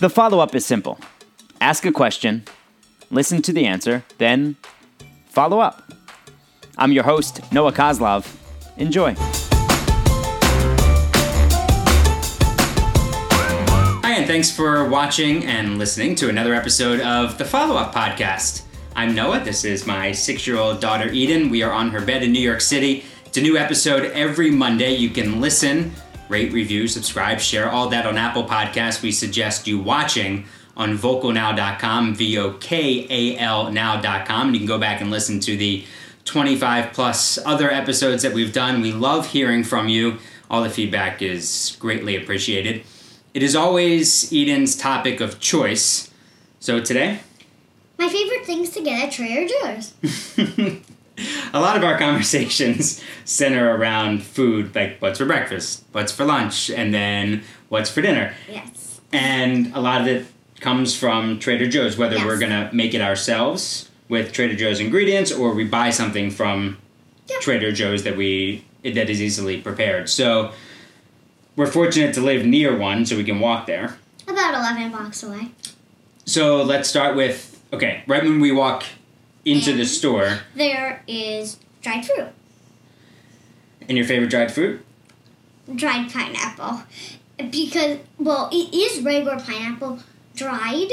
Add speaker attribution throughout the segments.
Speaker 1: The follow up is simple ask a question, listen to the answer, then follow up. I'm your host, Noah Kozlov. Enjoy.
Speaker 2: Hi, and thanks for watching and listening to another episode of the Follow Up Podcast. I'm Noah. This is my six year old daughter, Eden. We are on her bed in New York City. It's a new episode every Monday. You can listen, rate, review, subscribe, share, all that on Apple Podcasts. We suggest you watching on vocalnow.com, V O K A L now.com. And you can go back and listen to the 25 plus other episodes that we've done. We love hearing from you. All the feedback is greatly appreciated. It is always Eden's topic of choice. So today,
Speaker 3: My favorite things to get at Trader Joe's.
Speaker 2: a lot of our conversations center around food, like what's for breakfast, what's for lunch, and then what's for dinner.
Speaker 3: Yes.
Speaker 2: And a lot of it comes from Trader Joe's, whether
Speaker 3: Yes.
Speaker 2: we're gonna make it ourselves with Trader Joe's ingredients or we buy something from
Speaker 3: Yeah.
Speaker 2: Trader Joe's that we that is easily prepared. So we're fortunate to live near one, so we can walk there.
Speaker 3: About 11 blocks away.
Speaker 2: So let's start with okay, right when we walk into the
Speaker 3: And-
Speaker 2: store,
Speaker 3: There is dried fruit,
Speaker 2: and your favorite dried fruit?
Speaker 3: dried pineapple. Because, well, it is regular pineapple dried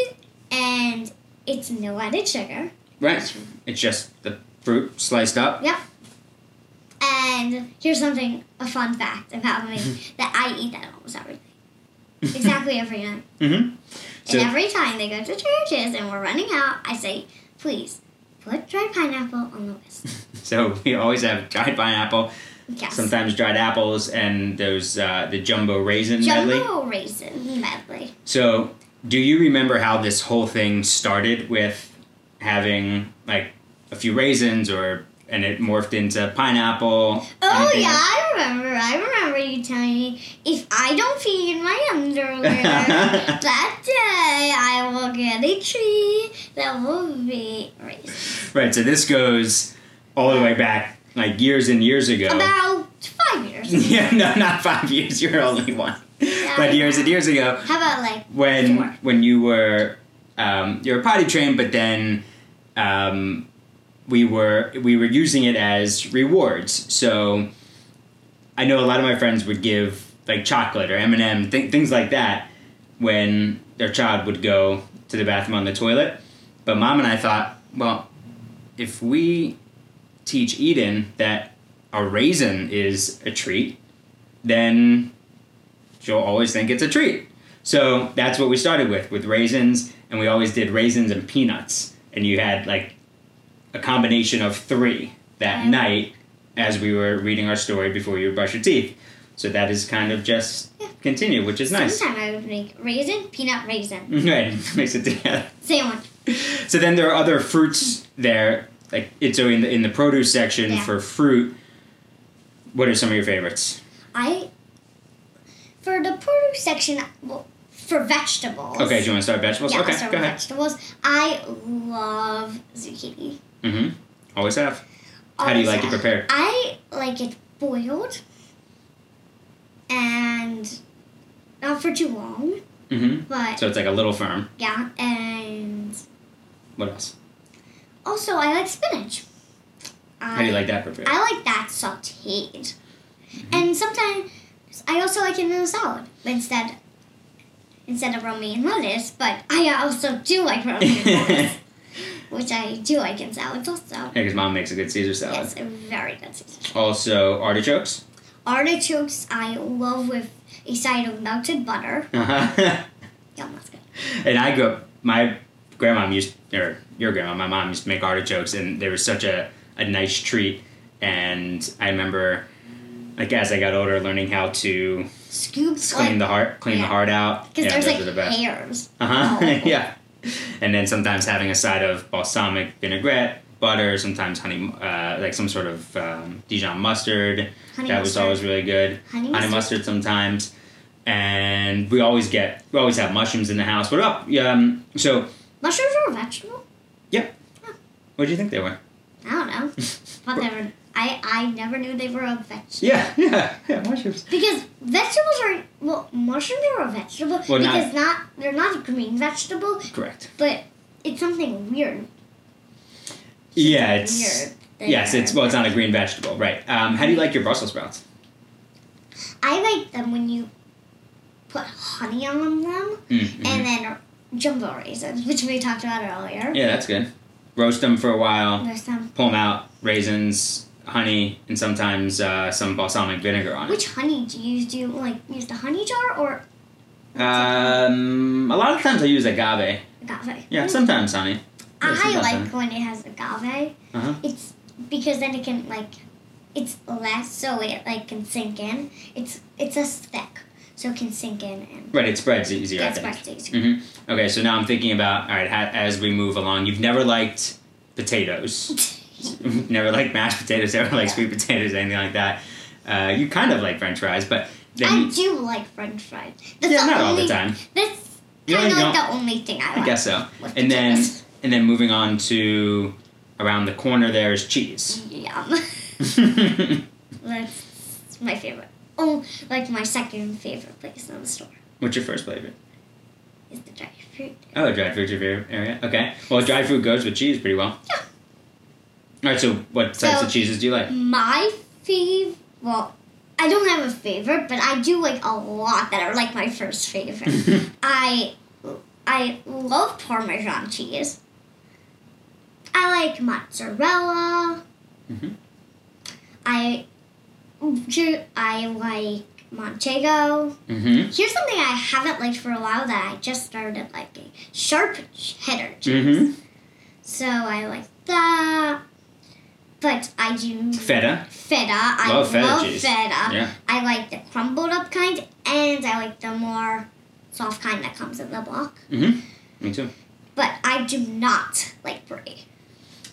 Speaker 3: and it's no added sugar.
Speaker 2: Right. It's just the fruit sliced up.
Speaker 3: Yep. And here's something a fun fact about me that I eat that almost every day. Exactly every night.
Speaker 2: Mm-hmm. So-
Speaker 3: and every time they go to churches and we're running out, I say, please put dried pineapple on the list.
Speaker 2: So we always have dried pineapple,
Speaker 3: Yes.
Speaker 2: sometimes dried apples, and those uh, the jumbo raisin medley.
Speaker 3: Jumbo raisin medley.
Speaker 2: So do you remember how this whole thing started with having like a few raisins or and it morphed into pineapple?
Speaker 3: Oh
Speaker 2: anything
Speaker 3: yeah,
Speaker 2: else?
Speaker 3: I remember. I remember you telling me if I don't pee in my underwear that day, I will get a tree that will be raisin.
Speaker 2: Right. So this goes all the way back like years and years ago.
Speaker 3: About five years.
Speaker 2: yeah, no, not five years. You're only one. But years and years ago,
Speaker 3: How about like
Speaker 2: when
Speaker 3: Sure.
Speaker 2: when you were um, you were potty trained, but then um, we were we were using it as rewards. So I know a lot of my friends would give like chocolate or M and M th- things like that when their child would go to the bathroom on the toilet. But mom and I thought, well, if we teach Eden that a raisin is a treat, then she'll always think it's a treat. So that's what we started with, with raisins, and we always did raisins and peanuts. And you had like a combination of three that
Speaker 3: Yeah.
Speaker 2: night as we were reading our story before you would brush your teeth. So that is kind of just
Speaker 3: Yeah.
Speaker 2: continued, which is nice.
Speaker 3: sometime I would make raisin, peanut raisin
Speaker 2: Right, mix it together.
Speaker 3: sandwich.
Speaker 2: So then there are other fruits there, like it's so in the in the produce section
Speaker 3: Mm-hmm. Yeah.
Speaker 2: for fruit. What are some of your favorites?
Speaker 3: I for the produce section well, for vegetables.
Speaker 2: Okay, do you want to start vegetables?
Speaker 3: Yeah,
Speaker 2: okay,
Speaker 3: so
Speaker 2: go ahead.
Speaker 3: vegetables. I love zucchini.
Speaker 2: Mm-hmm. Always have. How do you like it
Speaker 3: Always.
Speaker 2: prepared?
Speaker 3: I like it boiled and not for too long,
Speaker 2: Mm-hmm.
Speaker 3: but
Speaker 2: So it's like a little firm.
Speaker 3: yeah. And
Speaker 2: What else?
Speaker 3: also, I like spinach. I,
Speaker 2: How do you like Mm-hmm. that prepared?
Speaker 3: I like that sauteed. And sometimes I also like it in a salad instead instead of romaine and lettuce. But I also do like romaine and lettuce,
Speaker 2: yeah,
Speaker 3: which I do like in salads also.
Speaker 2: because mom makes a good Caesar salad.
Speaker 3: Yes, a very good season.
Speaker 2: Also artichokes.
Speaker 3: Artichokes I love with a side of melted butter.
Speaker 2: Uh-huh.
Speaker 3: Yum, that's good.
Speaker 2: And I grew up. My grandma used, or your grandma, my mom used to make artichokes, and they were such a, a nice treat. And I remember, like as I got older, learning how to
Speaker 3: Scoops
Speaker 2: clean
Speaker 3: like
Speaker 2: the heart, clean the
Speaker 3: yeah.
Speaker 2: heart out.
Speaker 3: because
Speaker 2: yeah,
Speaker 3: there's
Speaker 2: those
Speaker 3: like
Speaker 2: are the best.
Speaker 3: hairs.
Speaker 2: Uh huh.
Speaker 3: Oh.
Speaker 2: yeah. And then sometimes having a side of balsamic vinaigrette, butter, sometimes honey, uh, like some sort of um, Dijon mustard.
Speaker 3: Honey
Speaker 2: that was
Speaker 3: mustard.
Speaker 2: always really good.
Speaker 3: Honey
Speaker 2: honey mustard sometimes. And we always get, we always have mushrooms in the house. What up? Yeah, Um, so
Speaker 3: Mushrooms are a vegetable?
Speaker 2: Yeah. What do you think they were?
Speaker 3: I don't know. Whatever. I I never knew they were a vegetable.
Speaker 2: Yeah, yeah, yeah. Mushrooms.
Speaker 3: Because vegetables are well, mushrooms are a vegetable
Speaker 2: Well, not-
Speaker 3: because not, they're not a green vegetable,
Speaker 2: Correct.
Speaker 3: but it's something weird.
Speaker 2: Yeah, it's
Speaker 3: weird. that
Speaker 2: yes,
Speaker 3: they're-
Speaker 2: it's well, it's not a green vegetable, right? Um, how do you like your Brussels sprouts?
Speaker 3: I like them when you put honey on them
Speaker 2: Mm-hmm.
Speaker 3: and then jumbo raisins, which we talked about earlier.
Speaker 2: yeah, that's good. Roast them for a while,
Speaker 3: There's some
Speaker 2: pull them out, raisins, honey, and sometimes uh, some balsamic vinegar on it.
Speaker 3: which honey do you use? Do you like use the honey jar or
Speaker 2: Um, a lot of times I use agave.
Speaker 3: agave? Mm,
Speaker 2: Yeah, sometimes honey. Yeah,
Speaker 3: I
Speaker 2: sometimes
Speaker 3: like
Speaker 2: honey.
Speaker 3: when it has agave.
Speaker 2: Uh-huh.
Speaker 3: It's because then it can like it's less so it like can sink in. It's it's less thick, so it can sink in and
Speaker 2: Right, it spreads easier. I
Speaker 3: that's
Speaker 2: think.
Speaker 3: much easier.
Speaker 2: hmm Okay, so now I'm thinking about all right. Ha- as we move along, you've never liked potatoes, never liked mashed potatoes, never liked
Speaker 3: Yeah.
Speaker 2: sweet potatoes, anything like that. Uh, you kind of like French fries, but then
Speaker 3: I
Speaker 2: you,
Speaker 3: do like French fries. That's
Speaker 2: yeah,
Speaker 3: the
Speaker 2: not all
Speaker 3: only,
Speaker 2: the time.
Speaker 3: That's
Speaker 2: You
Speaker 3: kind of
Speaker 2: really
Speaker 3: like
Speaker 2: don't-
Speaker 3: the only thing I like.
Speaker 2: I guess so.
Speaker 3: with
Speaker 2: And then
Speaker 3: potatoes.
Speaker 2: and then moving on to around the corner there is cheese.
Speaker 3: Yum. That's my favorite. Oh, like my second favorite place in the store
Speaker 2: What's your first flavor?
Speaker 3: is the dried fruit.
Speaker 2: Oh, dried fruit's your favorite area. Okay, well, dried fruit goes with cheese pretty well.
Speaker 3: Yeah.
Speaker 2: All right, so what types
Speaker 3: So-
Speaker 2: of cheeses do you like?
Speaker 3: My favorite, well, I don't have a favorite, but I do like a lot that are like my first favorite. I I love Parmesan cheese. I like mozzarella.
Speaker 2: Mhm.
Speaker 3: I I like Montego.
Speaker 2: mm-hmm.
Speaker 3: Here's something I haven't liked for a while that I just started liking: sharp cheddar cheese.
Speaker 2: Mm-hmm.
Speaker 3: So I like that. But I do
Speaker 2: Feta.
Speaker 3: feta. I
Speaker 2: Love
Speaker 3: love
Speaker 2: feta
Speaker 3: feta.
Speaker 2: cheese.
Speaker 3: Uh,
Speaker 2: Yeah.
Speaker 3: I like the crumbled up kind, and I like the more soft kind that comes in the block.
Speaker 2: Mm-hmm. Me too.
Speaker 3: But I do not like brie.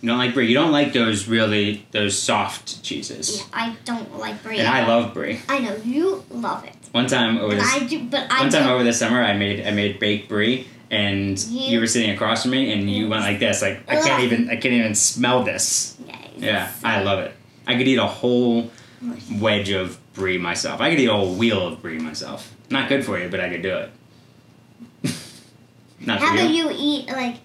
Speaker 2: You don't like brie. You don't like those really those soft cheeses.
Speaker 3: Yeah, I don't like brie.
Speaker 2: And I love brie.
Speaker 3: I know you love it,
Speaker 2: One time over
Speaker 3: but
Speaker 2: this
Speaker 3: I do. But I
Speaker 2: one time
Speaker 3: do-
Speaker 2: over the summer, I made I made baked brie, and
Speaker 3: Yeah.
Speaker 2: you were sitting across from me, and you went like this, like I can't
Speaker 3: Ugh.
Speaker 2: even I can't even smell this.
Speaker 3: Yeah,
Speaker 2: Yeah, I love it. I could eat a whole wedge of brie myself. I could eat a whole wheel of brie myself. Not good for you, but I could do it. Not
Speaker 3: How
Speaker 2: for
Speaker 3: about
Speaker 2: you.
Speaker 3: you eat like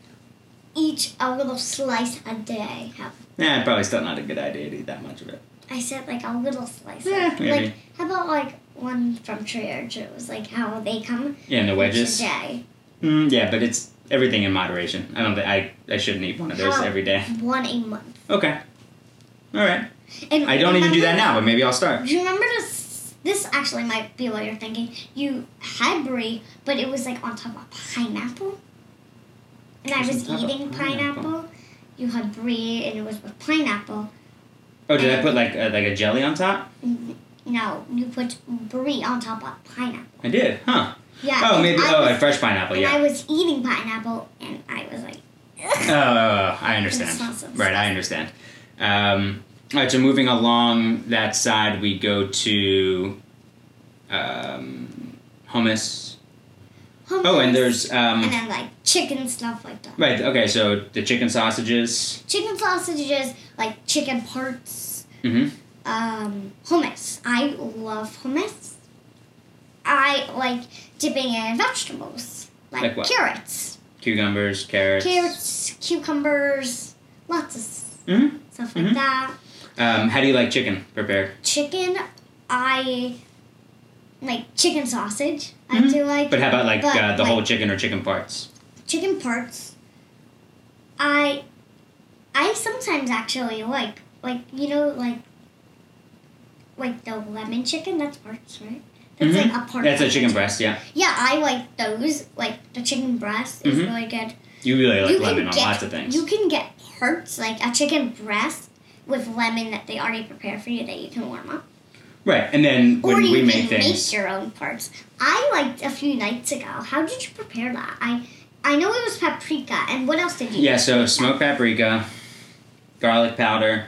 Speaker 3: each a little slice a day? How
Speaker 2: Yeah, probably still not a good idea to eat that much of it.
Speaker 3: I said like a little slice.
Speaker 2: Yeah,
Speaker 3: like,
Speaker 2: Eh, maybe.
Speaker 3: how about like one from Trader Joe's? Like how they come
Speaker 2: Yeah, and the wedges.
Speaker 3: today.
Speaker 2: Mm, yeah, but it's everything in moderation. I don't think I, I shouldn't eat one of those
Speaker 3: How-
Speaker 2: every day.
Speaker 3: One a month.
Speaker 2: Okay. All right.
Speaker 3: And
Speaker 2: I don't even do that
Speaker 3: remember-
Speaker 2: now, but maybe I'll start.
Speaker 3: Do you remember this? This actually might be what you're thinking. You had brie, but it was like on top of pineapple. And I
Speaker 2: It was
Speaker 3: was
Speaker 2: on top of
Speaker 3: eating
Speaker 2: pineapple.
Speaker 3: pineapple. You had brie, and it was with pineapple.
Speaker 2: Oh, did I put like a, like a jelly on top?
Speaker 3: N- No, you put brie on top of pineapple.
Speaker 2: I did, huh?
Speaker 3: Yeah.
Speaker 2: Oh,
Speaker 3: and
Speaker 2: maybe.
Speaker 3: I
Speaker 2: Oh,
Speaker 3: was-
Speaker 2: a fresh pineapple.
Speaker 3: And I
Speaker 2: Yeah.
Speaker 3: was eating pineapple, and I was like,
Speaker 2: Oh, I
Speaker 3: It's
Speaker 2: understand.
Speaker 3: not so
Speaker 2: Right, I understand. Um, all right. So moving along that side, we go to um, hummus. Oh, and there's
Speaker 3: and
Speaker 2: um,
Speaker 3: then like chicken stuff like that.
Speaker 2: right. Okay, so the chicken sausages.
Speaker 3: Chicken sausages, like chicken parts,
Speaker 2: hmm
Speaker 3: um, hummus. I love hummus. I like dipping it in vegetables, like,
Speaker 2: Like what?
Speaker 3: carrots,
Speaker 2: Cucumbers, carrots.
Speaker 3: carrots, cucumbers, lots of s-
Speaker 2: hmm
Speaker 3: stuff
Speaker 2: Mhm.
Speaker 3: like that.
Speaker 2: Um, how do you like chicken prepared?
Speaker 3: Chicken, I like chicken sausage. I
Speaker 2: Mhm.
Speaker 3: do like.
Speaker 2: But how about like
Speaker 3: But,
Speaker 2: uh, the
Speaker 3: like-
Speaker 2: whole chicken or chicken parts?
Speaker 3: chicken parts i i sometimes actually like like you know like like the lemon chicken that's parts right that's
Speaker 2: Mhm.
Speaker 3: like a part
Speaker 2: That's
Speaker 3: of
Speaker 2: a chicken breast, yeah.
Speaker 3: yeah i like those like the chicken breast is
Speaker 2: Mhm.
Speaker 3: really good
Speaker 2: You really like
Speaker 3: you
Speaker 2: lemon
Speaker 3: can
Speaker 2: on
Speaker 3: get
Speaker 2: lots of things.
Speaker 3: you can get parts like a chicken breast with lemon that they already prepare for you that you can warm up
Speaker 2: right, and then when
Speaker 3: or you
Speaker 2: we
Speaker 3: can
Speaker 2: make things,
Speaker 3: make your own parts i liked a few nights ago how did you prepare that i i know it was paprika and what else did you
Speaker 2: yeah. So smoked paprika, garlic powder,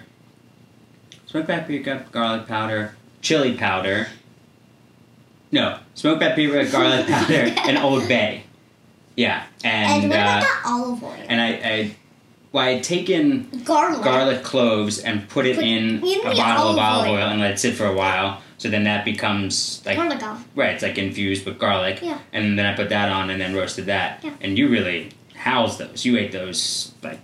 Speaker 2: smoked paprika, garlic powder, chili powder. No, smoked paprika, garlic powder, and Old Bay. Yeah, and
Speaker 3: And what
Speaker 2: uh,
Speaker 3: about that olive oil?
Speaker 2: and I, I well, I had taken
Speaker 3: Garlic.
Speaker 2: garlic cloves and put it
Speaker 3: Put
Speaker 2: in
Speaker 3: in
Speaker 2: a
Speaker 3: the
Speaker 2: bottle of
Speaker 3: olive
Speaker 2: olive oil
Speaker 3: oil.
Speaker 2: and let it sit for a while. So then that becomes like
Speaker 3: Garlic off.
Speaker 2: right, it's like infused with garlic.
Speaker 3: Yeah.
Speaker 2: And then I put that on and then roasted that.
Speaker 3: Yeah.
Speaker 2: And you really housed those. You ate those like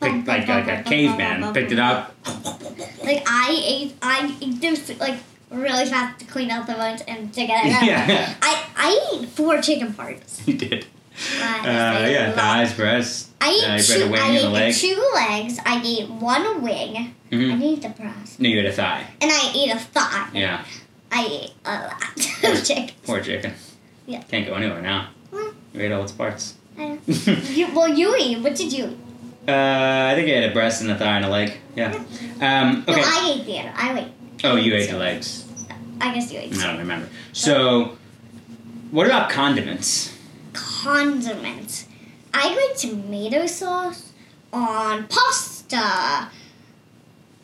Speaker 3: Bum,
Speaker 2: picked,
Speaker 3: bum,
Speaker 2: like
Speaker 3: bum,
Speaker 2: like
Speaker 3: bum,
Speaker 2: a
Speaker 3: bum,
Speaker 2: caveman
Speaker 3: bum, bum,
Speaker 2: picked it
Speaker 3: bum.
Speaker 2: up.
Speaker 3: Like I ate, I ate those like really fast to clean out the ones and to get it out.
Speaker 2: yeah,
Speaker 3: I I ate four chicken parts.
Speaker 2: you did.
Speaker 3: Like,
Speaker 2: Uh,
Speaker 3: I
Speaker 2: yeah,
Speaker 3: love-
Speaker 2: thighs, breasts.
Speaker 3: I
Speaker 2: uh,
Speaker 3: ate
Speaker 2: you
Speaker 3: two.
Speaker 2: had a wing
Speaker 3: I
Speaker 2: and a
Speaker 3: ate
Speaker 2: leg.
Speaker 3: two legs. I ate one wing. I
Speaker 2: Mhm.
Speaker 3: didn't eat the breast,
Speaker 2: No, you had a thigh.
Speaker 3: and I ate a thigh.
Speaker 2: Yeah,
Speaker 3: I ate a lot of chicken.
Speaker 2: poor chicken.
Speaker 3: Yeah.
Speaker 2: Can't go anywhere now.
Speaker 3: Well,
Speaker 2: You ate all its parts.
Speaker 3: I-
Speaker 2: uh,
Speaker 3: you, well, you ate. What did you eat?
Speaker 2: I think I had a breast and a thigh and a leg. Yeah. Um, okay.
Speaker 3: No, I ate the other. I ate.
Speaker 2: oh, you ate the legs.
Speaker 3: I guess you ate
Speaker 2: I don't remember. So, what about condiments?
Speaker 3: condiments. I like tomato sauce on pasta.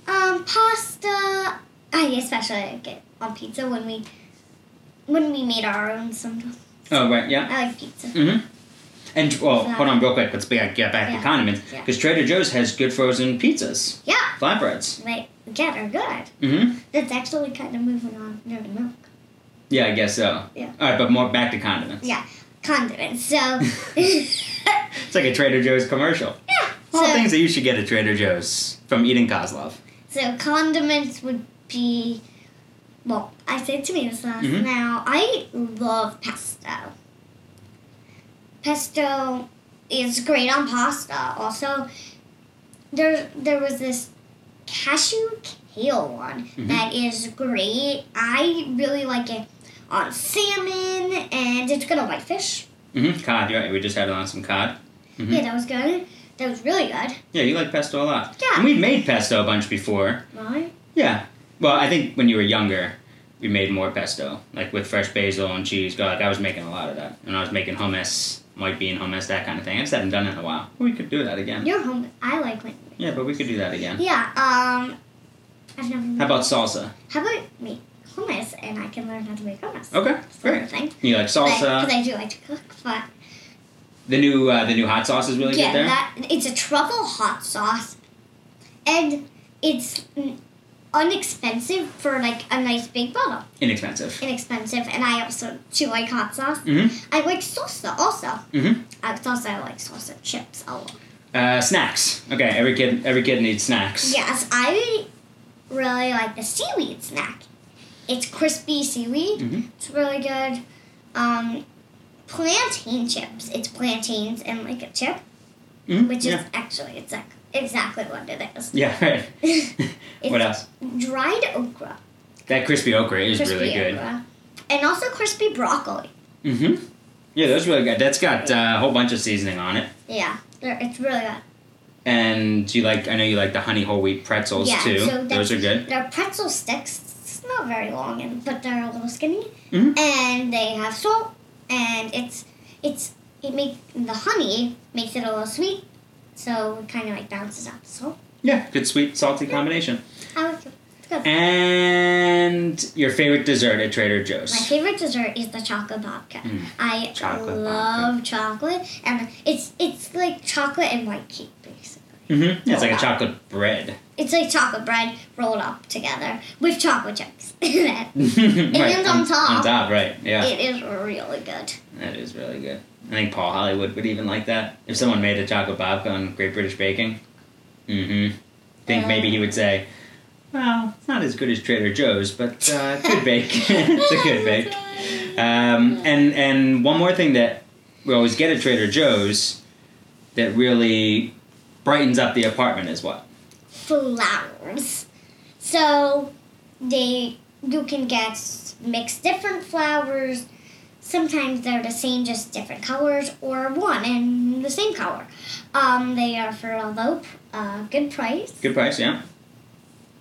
Speaker 3: Um, pasta. I especially like it on pizza when we when we made our own. Sometimes
Speaker 2: Oh, right. Yeah.
Speaker 3: I like pizza.
Speaker 2: Mm-hmm. And well,
Speaker 3: Flat.
Speaker 2: hold on real quick. Let's be, uh, get back to
Speaker 3: Yeah.
Speaker 2: condiments
Speaker 3: Yeah.
Speaker 2: because Trader Joe's has good frozen pizzas,
Speaker 3: Yeah,
Speaker 2: flatbreads.
Speaker 3: like get are good.
Speaker 2: Mm-hmm.
Speaker 3: That's actually kind of moving on to the milk.
Speaker 2: Yeah, I guess so.
Speaker 3: Yeah.
Speaker 2: All right, but more back to condiments.
Speaker 3: Yeah, condiments. So yeah,
Speaker 2: It's like a Trader Joe's commercial. All
Speaker 3: so,
Speaker 2: things that you should get at Trader Joe's from Eden Kozlov.
Speaker 3: so condiments would be. Well, I said tomato sauce.
Speaker 2: Mhm.
Speaker 3: Now I love pesto. Pesto is great on pasta. Also, there there was this cashew kale one
Speaker 2: Mhm.
Speaker 3: that is great. I really like it on salmon and it's good on whitefish.
Speaker 2: Mm-hmm. Cod. You're right. We just had on some cod. Mhm.
Speaker 3: Yeah, that was good. That was really good.
Speaker 2: Yeah, you like pesto a lot.
Speaker 3: Yeah.
Speaker 2: And we've made pesto a bunch before.
Speaker 3: Right?
Speaker 2: Yeah. Well, I think when you were younger, we made more pesto, like with fresh basil and cheese, garlic. I was making a lot of that, and I was making hummus, white bean hummus, that kind of thing. I just haven't done it in a while. We could do that again.
Speaker 3: Your home. I like when.
Speaker 2: Yeah, but we could do that again.
Speaker 3: Yeah. Um. I've never.
Speaker 2: How about salsa?
Speaker 3: How about make hummus, and I can learn how to make hummus.
Speaker 2: Okay,
Speaker 3: Sort of
Speaker 2: great.
Speaker 3: thing.
Speaker 2: You like
Speaker 3: Because
Speaker 2: salsa?
Speaker 3: I do like to cook, but
Speaker 2: The new uh, the new hot sauce is really
Speaker 3: yeah,
Speaker 2: good there.
Speaker 3: that it's a truffle hot sauce, and it's mm, unexpensive for like a nice big bottle.
Speaker 2: Inexpensive.
Speaker 3: Inexpensive, and I also do like hot sauce.
Speaker 2: Mm-hmm.
Speaker 3: I like salsa also.
Speaker 2: Mm-hmm.
Speaker 3: I also like salsa chips a lot.
Speaker 2: Uh, snacks. Okay, every kid every kid needs snacks.
Speaker 3: Yes, I really like the seaweed snack. It's crispy seaweed.
Speaker 2: Mhm.
Speaker 3: It's really good. Um, plantain chips. It's plantains and like a chip,
Speaker 2: Mhm,
Speaker 3: which
Speaker 2: yeah.
Speaker 3: is actually exact, exactly what it is.
Speaker 2: yeah. Right. what else?
Speaker 3: Dried okra.
Speaker 2: That crispy okra is
Speaker 3: crispy
Speaker 2: really good.
Speaker 3: okra. And also crispy broccoli.
Speaker 2: Mm-hmm. Yeah, those are really good. That's got uh, a whole bunch of seasoning on it.
Speaker 3: Yeah, they're- it's really good.
Speaker 2: And you like, I know you like the honey whole wheat pretzels
Speaker 3: yeah,
Speaker 2: too.
Speaker 3: so
Speaker 2: those are good.
Speaker 3: They're pretzel sticks. It's not very long, and but they're a little skinny.
Speaker 2: Mhm.
Speaker 3: And they have salt, and it's it's it make the honey makes it a little sweet, so it kind of like bounces out the salt.
Speaker 2: Yeah, good sweet salty combination.
Speaker 3: I like it. It's good.
Speaker 2: And your favorite dessert at Trader Joe's.
Speaker 3: My favorite dessert is the chocolate babka.
Speaker 2: Mm,
Speaker 3: I
Speaker 2: chocolate
Speaker 3: love chocolate, and it's it's like chocolate and white cake basically.
Speaker 2: Mm-hmm. It's like a chocolate bread.
Speaker 3: It's like chocolate bread rolled up together with chocolate chips. in it.
Speaker 2: right,
Speaker 3: is on top.
Speaker 2: On top, right? Yeah,
Speaker 3: It is really good.
Speaker 2: that is really good. I think Paul Hollywood would even like that if someone made a chocolate babka on Great British Baking. Mm-hmm. Think maybe he would say, "Well, it's not as good as Trader Joe's, but uh, good bake. it's a good bake." Um, and and one more thing that we always get at Trader Joe's that really brightens up the apartment is what?
Speaker 3: flowers. So they you can get s- mix different flowers. Sometimes they're the same, just different colors, or one and the same color. Um, they are for a low, p- uh, good price,
Speaker 2: Good price, yeah.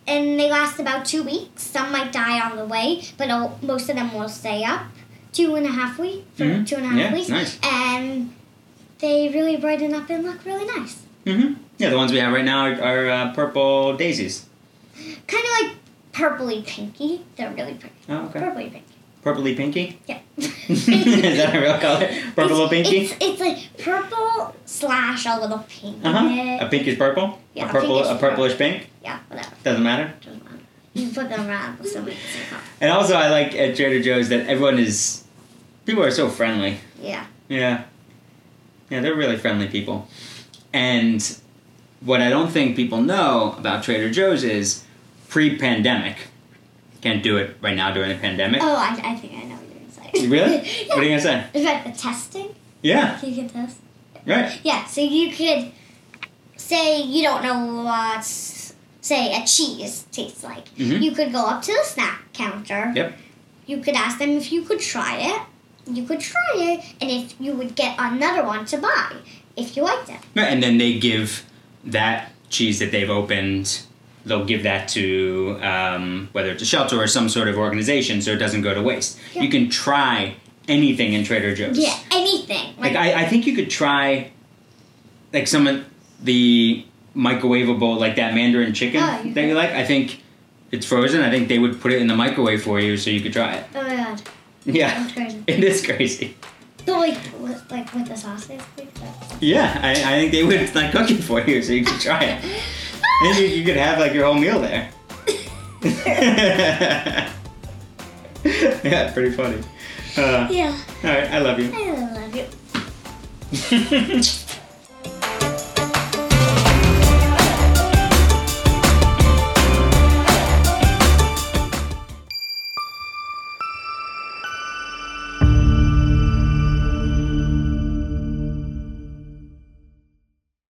Speaker 3: and they last about two weeks. Some might die on the way, but all, most of them will stay up two and a half week for
Speaker 2: Mhm.
Speaker 3: two and a half
Speaker 2: Yeah,
Speaker 3: weeks,
Speaker 2: nice.
Speaker 3: and they really brighten up and look really nice.
Speaker 2: Mm-hmm. Yeah, the ones we have right now are, are uh, purple daisies.
Speaker 3: Kind of like purpley pinky. They're really pretty.
Speaker 2: Oh, okay.
Speaker 3: Purpley pinky.
Speaker 2: Purpley pinky.
Speaker 3: Yeah.
Speaker 2: is that a real color? Purple
Speaker 3: it's,
Speaker 2: pinky.
Speaker 3: It's, it's like purple slash a little pink. in
Speaker 2: Uh
Speaker 3: it.
Speaker 2: huh. A pinkish purple.
Speaker 3: Yeah,
Speaker 2: a
Speaker 3: a
Speaker 2: purple.
Speaker 3: pinkish
Speaker 2: A purplish pink.
Speaker 3: Yeah, whatever.
Speaker 2: Doesn't matter.
Speaker 3: Doesn't matter. You put them around, they'll still make the same color.
Speaker 2: And also, I like at Trader Joe's that everyone is. People are so friendly.
Speaker 3: Yeah.
Speaker 2: Yeah. Yeah, they're really friendly people. And what I don't think people know about Trader Joe's is pre pandemic. Can't do it right now during the pandemic.
Speaker 3: Oh, I, I think I know what you're gonna say.
Speaker 2: Really?
Speaker 3: yeah.
Speaker 2: What are you gonna say?
Speaker 3: In fact, the testing.
Speaker 2: Yeah,
Speaker 3: You could test.
Speaker 2: right.
Speaker 3: Yeah, so you could say you don't know what, s- say, a cheese tastes like.
Speaker 2: Mhm.
Speaker 3: You could go up to the snack counter.
Speaker 2: Yep.
Speaker 3: You could ask them if you could try it. You could try it, and if you would get another one to buy if you liked it.
Speaker 2: Right, And then they give that cheese that they've opened, they'll give that to um, whether it's a shelter or some sort of organization so it doesn't go to waste.
Speaker 3: Yeah.
Speaker 2: You can try anything in Trader Joe's.
Speaker 3: Yeah, anything.
Speaker 2: Like I, I think you could try, like some of the microwavable, like that Mandarin chicken
Speaker 3: Oh, you
Speaker 2: that you
Speaker 3: could.
Speaker 2: like. I think it's frozen. I think they would put it in the microwave for you so you could try it.
Speaker 3: oh my god,
Speaker 2: Yeah,
Speaker 3: that's crazy.
Speaker 2: it is crazy.
Speaker 3: So like, with, like with the sausage. like that.
Speaker 2: Yeah, I, I think they would like cook it for you so you could try it. And you, you could have like your whole meal there. yeah, pretty funny. Uh,
Speaker 3: yeah,
Speaker 2: all right, I love you.
Speaker 3: I love you.